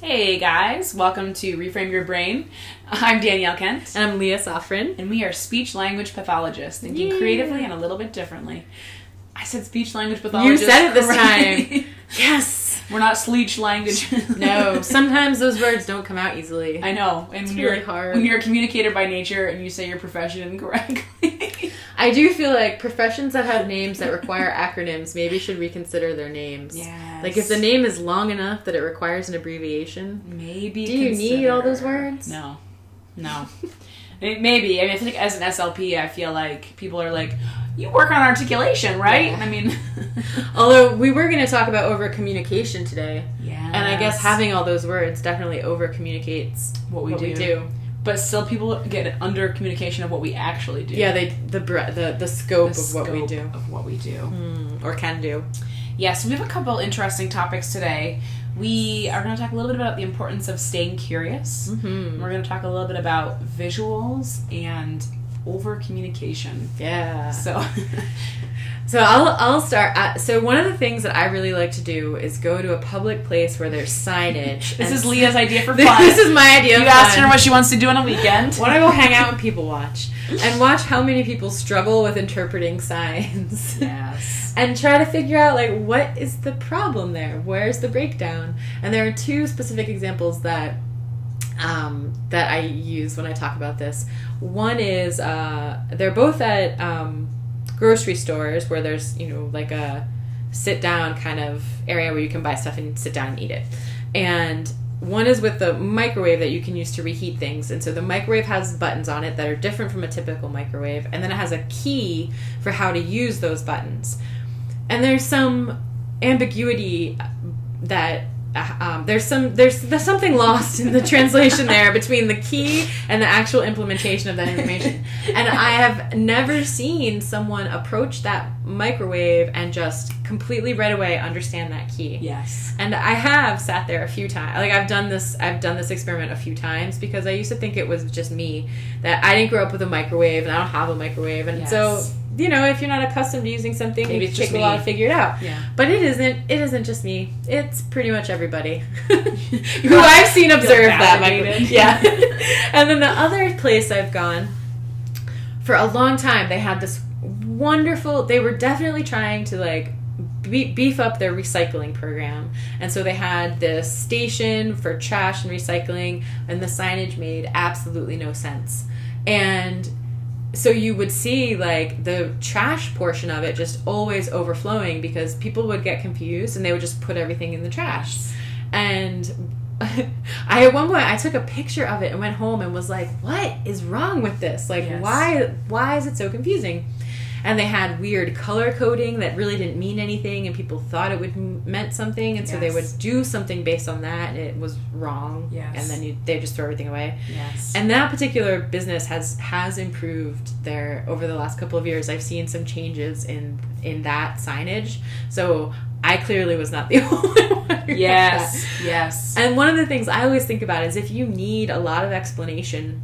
Hey guys, welcome to Reframe Your Brain. I'm Danielle Kent, And I'm Leah Safran. and we are speech language pathologists, thinking Yeah. creatively and a little bit differently. I said speech language You pathologist. said it this correctly. time. Yes. We're not sleech language. No. Sometimes those words don't come out easily. I know. And It's when really you're hard. when you're a communicator by nature and you say your profession incorrectly. I do feel like professions that have names that require acronyms maybe should reconsider their names. yes. Like if the name is long enough that it requires an abbreviation. maybe Do you need all those consider- words? No. No. I mean, Maybe. I mean, I think as an SLP, I feel like people are like, you work on articulation, right? Yeah. I mean, Although we were going to talk about over communication today, yeah. and I guess having all those words definitely over communicates what we what do. we do. But still, people get under communication of what we actually do. Yeah, they the bre- the the scope The of what we scope do Of what we do. Mm, or can do. Yeah, so we have a couple interesting topics today. We are going to talk a little bit about the importance of staying curious. Mm-hmm. We're going to talk a little bit about visuals and over communication. Yeah. So, So I'll I'll start. At, so one of the things that I really like to do is go to a public place where there's signage. this and- is Leah's idea for fun. This is my idea. you of asked fun. her what she wants to do on a weekend. Want to go hang out and people watch and watch how many people struggle with interpreting signs. Yes. And try to figure out like what is the problem there? Where's the breakdown? And there are two specific examples that um, that I use when I talk about this. One is uh, they're both at um, grocery stores where there's you know like a sit down kind of area where you can buy stuff and sit down and eat it. And one is with the microwave that you can use to reheat things. And so the microwave has buttons on it that are different from a typical microwave. And then it has a key for how to use those buttons. And there's some ambiguity that uh, um, there's some there's there's something lost in the translation there between the key and the actual implementation of that information. And I have never seen someone approach that microwave and just completely right away understand that key. Yes. And I have sat there a few times. Like I've done this I've done this experiment a few times because I used to think it was just me that I didn't grow up with a microwave and I don't have a microwave and so Yes. you know, if you're not accustomed to using something, Maybe you it's take just a while me. to figure it out. Yeah. But it isn't. It isn't just me. It's pretty much everybody who I've seen observe that. validated. micro- Yeah. and then the other place I've gone for a long time, they had this wonderful. They were definitely trying to like be- beef up their recycling program, and so they had this station for trash and recycling, and the signage made absolutely no sense. And so you would see like the trash portion of it just always overflowing because people would get confused and they would just put everything in the trash. And I at one point I took a picture of it and went home and was like, "What is wrong with this? Like Yes. why why is it so confusing?" And they had weird color coding that really didn't mean anything and people thought it would m- meant something and so they Yes. would do something based on that and it was wrong. Yes. And then you, they just throw everything away. Yes. And that particular business has has improved there over the last couple of years. I've seen some changes in in that signage. So I clearly was not the only one. who did yes. that. Yes. And one of the things I always think about is if you need a lot of explanation,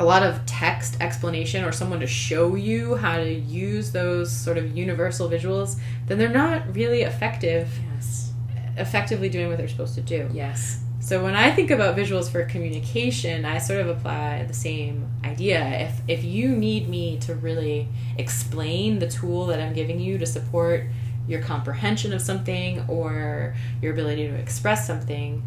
a lot of text explanation or someone to show you how to use those sort of universal visuals, then they're not really effective Yes. effectively doing what they're supposed to do. Yes. So when I think about visuals for communication, I sort of apply the same idea. If if you need me to really explain the tool that I'm giving you to support your comprehension of something or your ability to express something,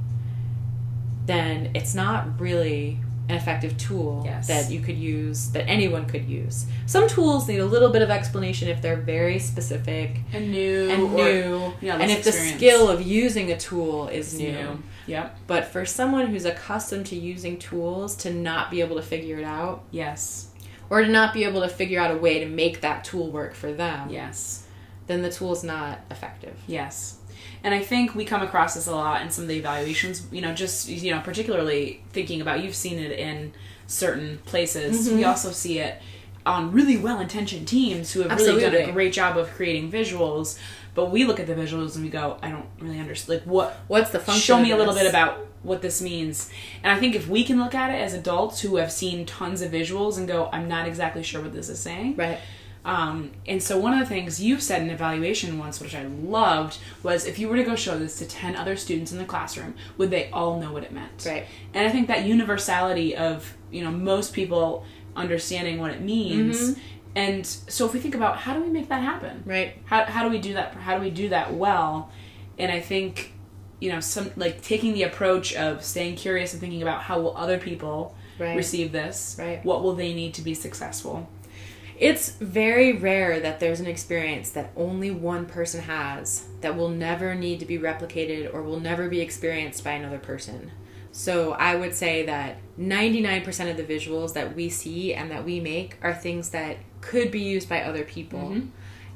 then it's not really an effective tool Yes. that you could use that anyone could use. Some tools need a little bit of explanation if they're very specific And new. and or- new Yeah, and less if the experience. skill of using a tool is It's new. new. Yep. But for someone who's accustomed to using tools to not be able to figure it out, Yes. or to not be able to figure out a way to make that tool work for them, Yes. then the tool's not effective. Yes. And I think we come across this a lot in some of the evaluations. You know, just you know, particularly thinking about you've seen it in certain places. Mm-hmm. We also see it on really well-intentioned teams who have really done a Absolutely. great job of creating visuals. But we look at the visuals and we go, I don't really understand. Like, what What's the function? show me of a little this? bit about what this means. And I think if we can look at it as adults who have seen tons of visuals and go, I'm not exactly sure what this is saying, right. Um, and so one of the things you said in evaluation once, which I loved, was if you were to go show this to 10 other students in the classroom, would they all know what it meant? Right. And I think that universality of, you know, most people understanding what it means. Mm-hmm. And so if we think about how do we make that happen? Right. How, how do we do that? How do we do that well? And I think, you know, some like taking the approach of staying curious and thinking about how will other people Right. receive this? Right. What will they need to be successful? It's very rare that there's an experience that only one person has that will never need to be replicated or will never be experienced by another person. So I would say that 99% of the visuals that we see and that we make are things that could be used by other people.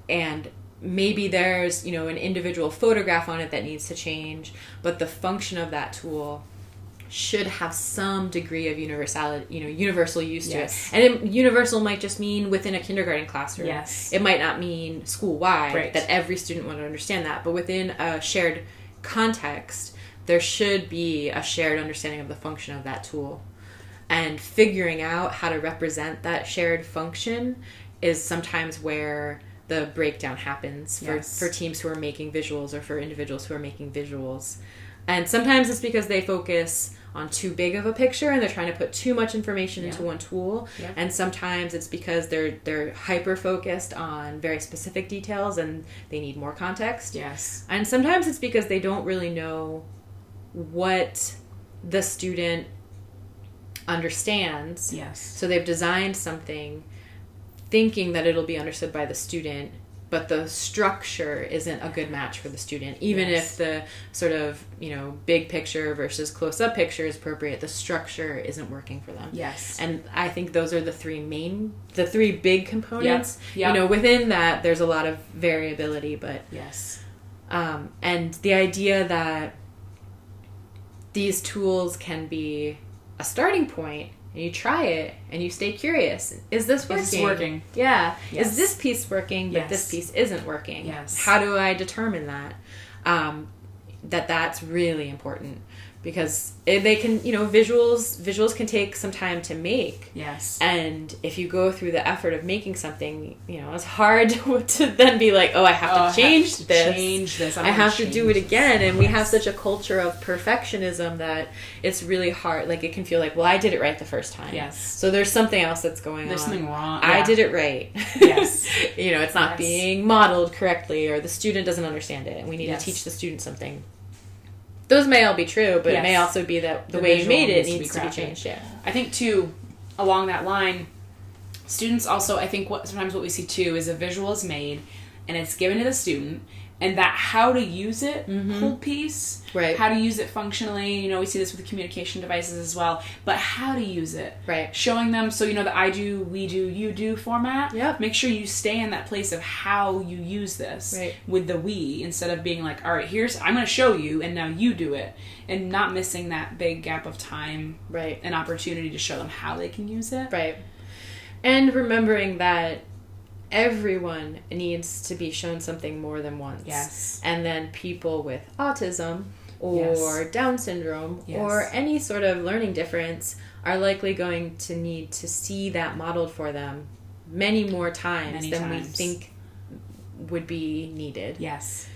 And maybe there's, you know, an individual photograph on it that needs to change, but the function of that tool should have some degree of universality, you know, universal use to Yes. it. And it, universal might just mean within a kindergarten classroom. Yes. It might not mean school wide Right. that every student would understand that, but within a shared context, there should be a shared understanding of the function of that tool. And figuring out how to represent that shared function is sometimes where the breakdown happens for, Yes. for teams who are making visuals or for individuals who are making visuals. And sometimes it's because they focus on too big of a picture and they're trying to put too much information into Yeah. one tool. Yeah. And sometimes it's because they're they're hyper focused on very specific details and they need more context. Yes. And sometimes it's because they don't really know what the student understands. Yes. So they've designed something thinking that it'll be understood by the student, but the structure isn't a good match for the student. Even Yes. if the sort of, you know, big picture versus close up picture is appropriate, the structure isn't working for them. Yes. And I think those are the three main, the three big components. Yeah. You know, within that, there's a lot of variability, but yes. um, and the idea that these tools can be a starting point and you try it and you stay curious is this working Is this working? yeah Yes. is this piece working but Yes. this piece isn't working Yes. how do i determine that um, that that's really important because if they can you know visuals visuals can take some time to make Yes. and if you go through the effort of making something, you know, it's hard to then be like, oh, I have Oh, I to change to this. Change this. I have to do it again. And we have such. such a culture of perfectionism that it's really hard. Like, it can feel like, well, I did it right the first time. Yes. So there's something else that's going There's on. something wrong. I yeah. did it right. Yes. you know, it's not Yes. being modeled correctly or the student doesn't understand it and we need Yes. to teach the student something. Those may all be true, but it may Yes. also be that the, The way you visual made it needs to be needs to be crafted. changed. Yeah. I think too, along that line, students also. I think what sometimes what we see too is a visual is made, and it's given to the student, and that how to use it whole piece, Mm-hmm. Right. How to use it functionally. You know, we see this with communication devices as well, but how to use it, Right. Showing them so you know the I do, we do, you do format. Yep. Make sure you stay in that place of how you use this Right. with the we instead of being like, all right, here's I'm going to show you, and now you do it, and not missing that big gap of time Right. an opportunity to show them how they can use it. Right. And remembering that everyone needs to be shown something more than once. Yes. And then people with autism or Yes. Down syndrome Yes. or any sort of learning difference are likely going to need to see that modeled for them many more times Many than we times. think would be needed Yes.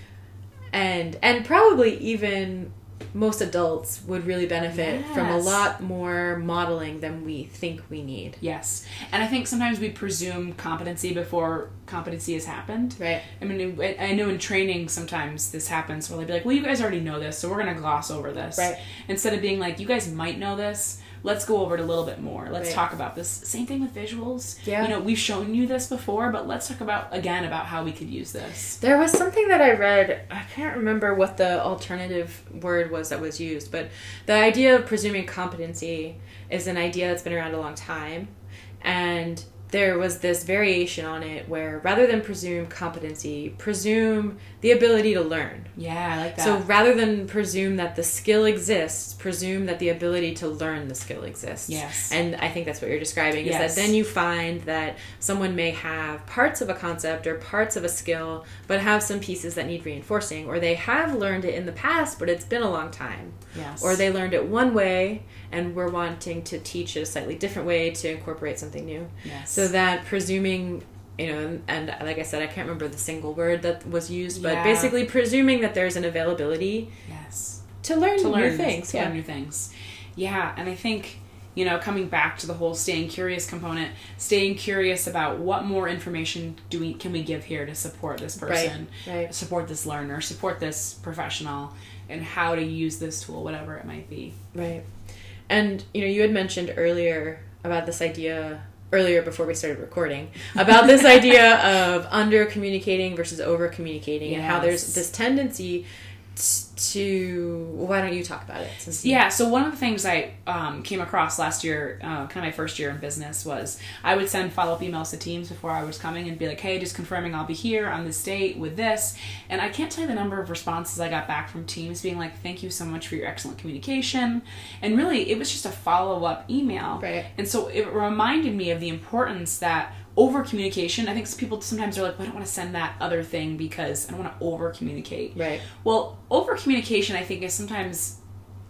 and and probably even most adults would really benefit from a Yes. lot more modeling than we think we need Yes. And I think sometimes we presume competency before competency has happened. right I mean, I I know in training sometimes this happens where they'll be like, well, you guys already know this, so we're going to gloss over this. Right. Instead of being like, you guys might know this, let's go over it a little bit more. Let's Right. talk about this. Same thing with visuals. Yeah. You know, we've shown you this before, but let's talk about, again, about how we could use this. There was something that I read, I can't remember what the alternative word was that was used, but the idea of presuming competency is an idea that's been around a long time. And there was this variation on it where rather than presume competency, presume the ability to learn. Yeah, I like that. So rather than presume that the skill exists, presume that the ability to learn the skill exists. Yes. And I think that's what you're describing Yes. is that then you find that someone may have parts of a concept or parts of a skill, but have some pieces that need reinforcing, or they have learned it in the past, but it's been a long time. yes. Or they learned it one way and we're wanting to teach it a slightly different way to incorporate something new. Yes. So that presuming you know, and, and like I said, I can't remember the single word that was used, but Yeah. basically presuming that there's an availability Yes. to learn to new learn things. to yeah. learn new things. Yeah, and I think you know, coming back to the whole staying curious component, staying curious about what more information do we can we give here to support this person, right. support this learner, support this professional, and how to use this tool, whatever it might be. Right. And you know, you had mentioned earlier about this idea earlier before we started recording about this idea of under communicating versus over communicating and how there's Yes. this tendency t- to why don't you talk about it since you- Yeah, so one of the things I um, came across last year, uh, kind of my first year in business, was I would send follow up emails to teams before I was coming and be like, hey, just confirming I'll be here on this date with this. And I can't tell you the number of responses I got back from teams being like, thank you so much for your excellent communication. And really, it was just a follow up email. Right. And so it reminded me of the importance that over communication, I think people sometimes are like, well, I don't want to send that other thing because I don't want to over communicate. right Well, over communication, I think, is sometimes.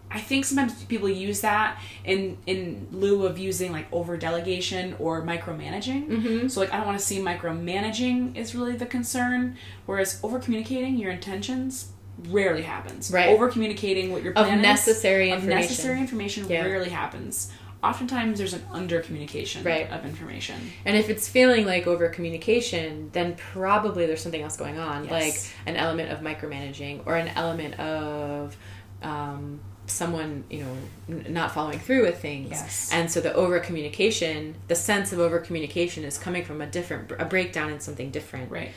I think sometimes people use that in in lieu of using like over delegation or micromanaging. Mm-hmm. So like I don't want to see micromanaging is really the concern, whereas over communicating your intentions rarely happens. Right. Over communicating what your of plan is, necessary of information necessary information Yeah. rarely happens. Oftentimes there's an under communication Right. of information. and if it's feeling like over communication then probably there's something else going on Yes. like an element of micromanaging or an element of um, someone you know n- not following through with things Yes. and so the over communication the sense of over communication is coming from a different a breakdown in something different Right.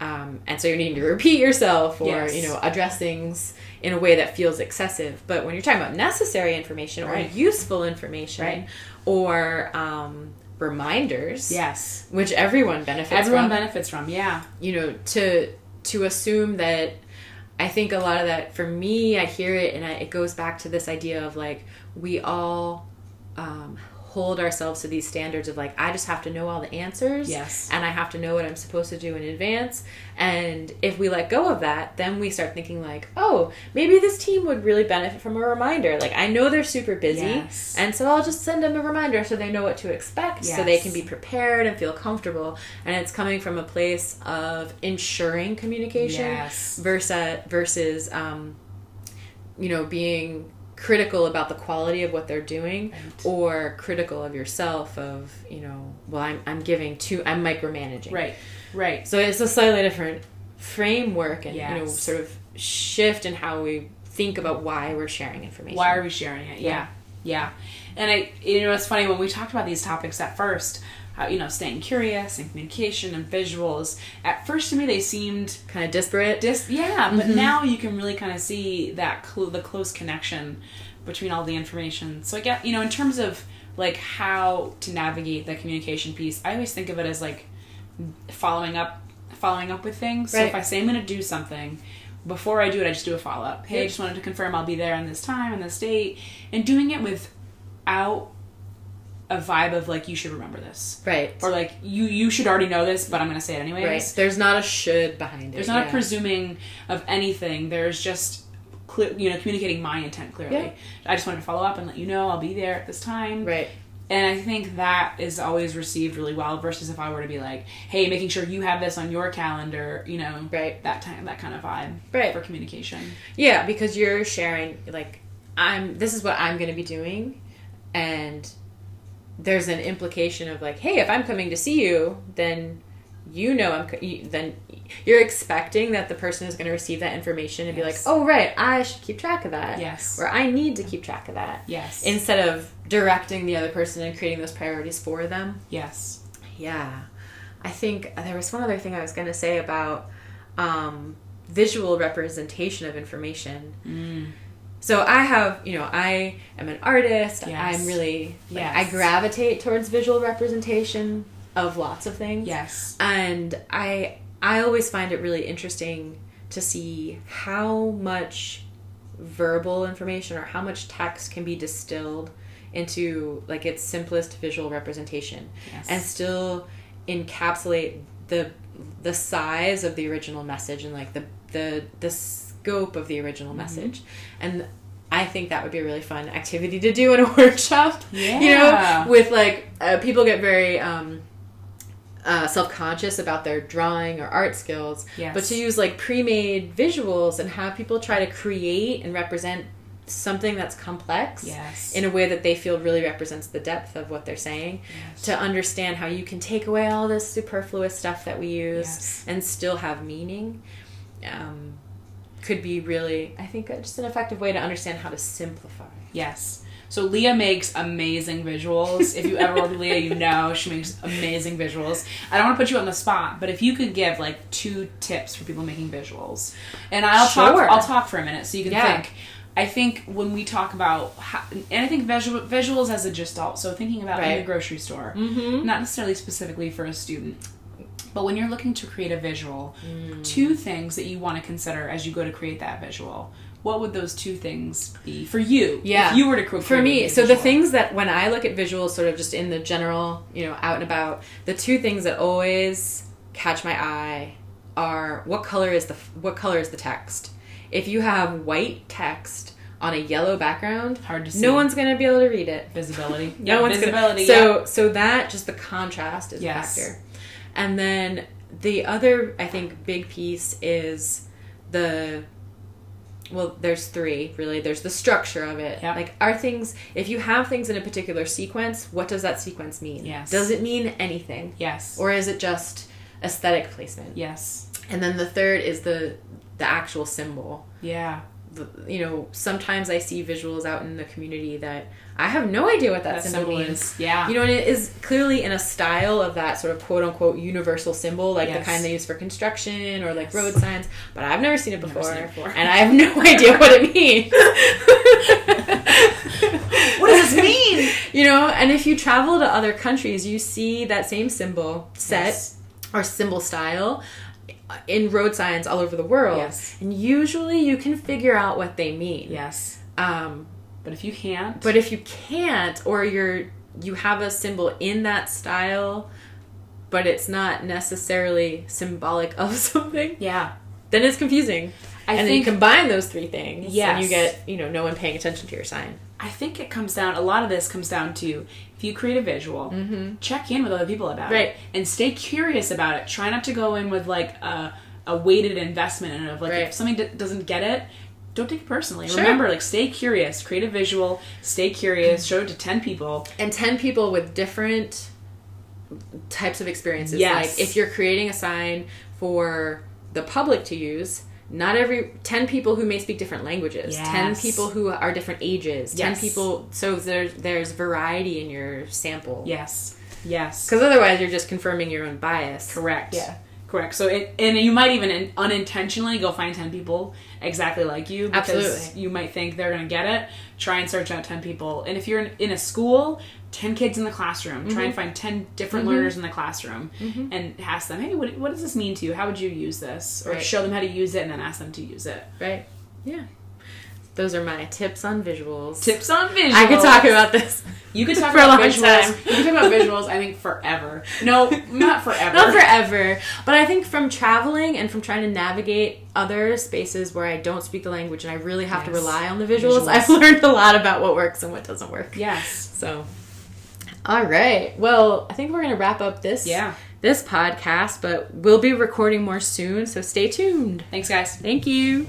um, and so you're needing to repeat yourself or Yes. you know address things in a way that feels excessive but when you're talking about necessary information Right. or useful information Right. or um, reminders Yes. which everyone benefits Everyone from benefits from, yeah. you know to to assume that i think a lot of that for me i hear it and I, it goes back to this idea of like we all um, hold ourselves to these standards of like i just have to know all the answers Yes. and i have to know what i'm supposed to do in advance and if we let go of that then we start thinking like oh maybe this team would really benefit from a reminder like i know they're super busy Yes. and so i'll just send them a reminder so they know what to expect so they Yes. can be prepared and feel comfortable and it's coming from a place of ensuring communication Yes. versus versus um, you know being critical about the quality of what they're doing Right. or critical of yourself of you know well i'm, I'm giving too i'm micromanaging Right. Right. so it's a slightly different framework and you know Yes. sort of shift in how we think about why we're sharing information Why are we sharing it? Yeah. Yeah. And I, you know, it's funny when we talked about these topics at first, how, you know, staying curious and communication and visuals. At first to me, they seemed kind of disparate dis, yeah, but Mm-hmm. now you can really kind of see that cl- the close connection between all the information. So I get, you know, in terms of like how to navigate the communication piece, I always think of it as like following up, following up with things. So if Right. I say I'm going to do something, before I do it, I just do a follow up. Hey, I Yep. just wanted to confirm I'll be there on this time and this date, and doing it without a vibe of like you should remember this right or like you you should already know this, but I'm going to say it anyways. right there's not a should behind it There's not yeah. a presuming of anything. There's just, clear, you know, communicating my intent clearly. Yeah. I just wanted to follow up and let you know I'll be there at this time. right And I think that is always received really well. Versus if I were to be like, hey, making sure you have this on your calendar, you know, Right. that time, that kind of vibe Right. for communication. Yeah, because you're sharing like I'm this is what I'm going to be doing and there's an implication of like hey, if I'm coming to see you, then you know I'm co- you, then you're expecting that the person is going to receive that information and Yes. be like, "Oh right, I should keep track of that." Yes. Or I need to keep track of that. Yes. Instead of directing the other person and creating those priorities for them. yes. Yeah. I think there was one other thing I was going to say about um, visual representation of information. Mm. So I have, you know, I am an artist. Yes. I'm really, like, Yes. I gravitate towards visual representation of lots of things. Yes. And I, I always find it really interesting to see how much verbal information or how much text can be distilled into like its simplest visual representation Yes. and still encapsulate the the size of the original message and like the the the scope of the original Mm-hmm. message and I think that would be a really fun activity to do in a workshop. You Yeah. know, with like uh, people get very um, uh, self-conscious about their drawing or art skills Yes. but to use like pre-made visuals and have people try to create and represent something that's complex Yes. in a way that they feel really represents the depth of what they're saying Yes. to understand how you can take away all this superfluous stuff that we use Yes. and still have meaning um, could be really i think uh, just an effective way to understand how to simplify Yes. So Leah makes amazing visuals. If you ever work with Leah, you know she makes amazing visuals. I don't want to put you on the spot, but if you could give like two tips for people making visuals, and I'll talk, Sure. I'll talk for a minute so you can Yeah. think. I think when we talk about, how, and I think visual, visuals as a gestalt, so thinking about in the Right. grocery store, mm-hmm. not necessarily specifically for a student, but when you're looking to create a visual, Mm. two things that you want to consider as you go to create that visual. What would those two things be for you? Yeah. If you were to cre- create for me a so the visual? things that when i look at visuals sort of just in the general you know out and about the two things that always catch my eye are what color is the what color is the text if you have white text on a yellow background hard to see. no one's going to be able to read it visibility. no one's visibility. Gonna, yeah. so so that just the contrast is Yes. a factor, and then the other I think big piece is the. Well, there's three really. There's the structure of it. Yep. Like, are things, if you have things in a particular sequence, what does that sequence mean? Yes. Does it mean anything? yes, Or is it just aesthetic placement? yes, And then the third is the the actual symbol yeah. the- you know, sometimes I see visuals out in the community that I have no idea what that, That symbol, symbol means. is yeah. You know, and it is clearly in a style of that sort of quote unquote universal symbol, like Yes. the kind they use for construction or like Yes. road signs, but I've never seen it Never before. seen it before. And I have no idea what it means. What does this mean? You know, and if you travel to other countries, you see that same symbol set Yes. or symbol style in road signs all over the world. Yes. And usually you can figure out what they mean. Yes, Um, but if you can't, but if you can't, or you're you have a symbol in that style, but it's not necessarily symbolic of something, yeah, then it's confusing. I and then think you combine those three things, Yes. and you get you know no one paying attention to your sign. I think it comes down. A lot of this comes down to if you create a visual, check in with other people about Mm-hmm. Right. it, and stay curious about it. Try not to go in with like a, a weighted investment and of like if Right. something d- doesn't get it. Don't take it personally. Sure. Remember, like, stay curious. Create a visual. Stay curious. Show it to ten people. And ten people with different types of experiences. Yes. Like if you're creating a sign for the public to use. Not every ten people who may speak different languages, ten Yes. people who are different ages, Yes. ten people. So there's there's variety in your sample. Yes. Yes. Because otherwise, you're just confirming your own bias. Correct. Yeah. Correct. So, it, and you might even in, unintentionally go find 10 people exactly like you because Absolutely. you might think they're going to get it. Try and search out 10 people. And if you're in, in a school, 10 kids in the classroom, try Mm-hmm. and find 10 different learners in the classroom and ask them, hey, what, what does this mean to you? How would you use this? Or Right. show them how to use it and then ask them to use it. Right. Yeah. Those are my tips on visuals. Tips on visuals. I could talk about this. You could talk for a about long visuals. time. You could talk about visuals, I think, forever. No, not forever. Not forever, but I think from traveling and from trying to navigate other spaces where I don't speak the language and I really have to Yes. rely on the visuals, Visuals. I've learned a lot about what works and what doesn't work. Yes. So, all right. Well, I think we're gonna wrap up this Yeah. this podcast, but we'll be recording more soon. So stay tuned. Thanks, guys. Thank you.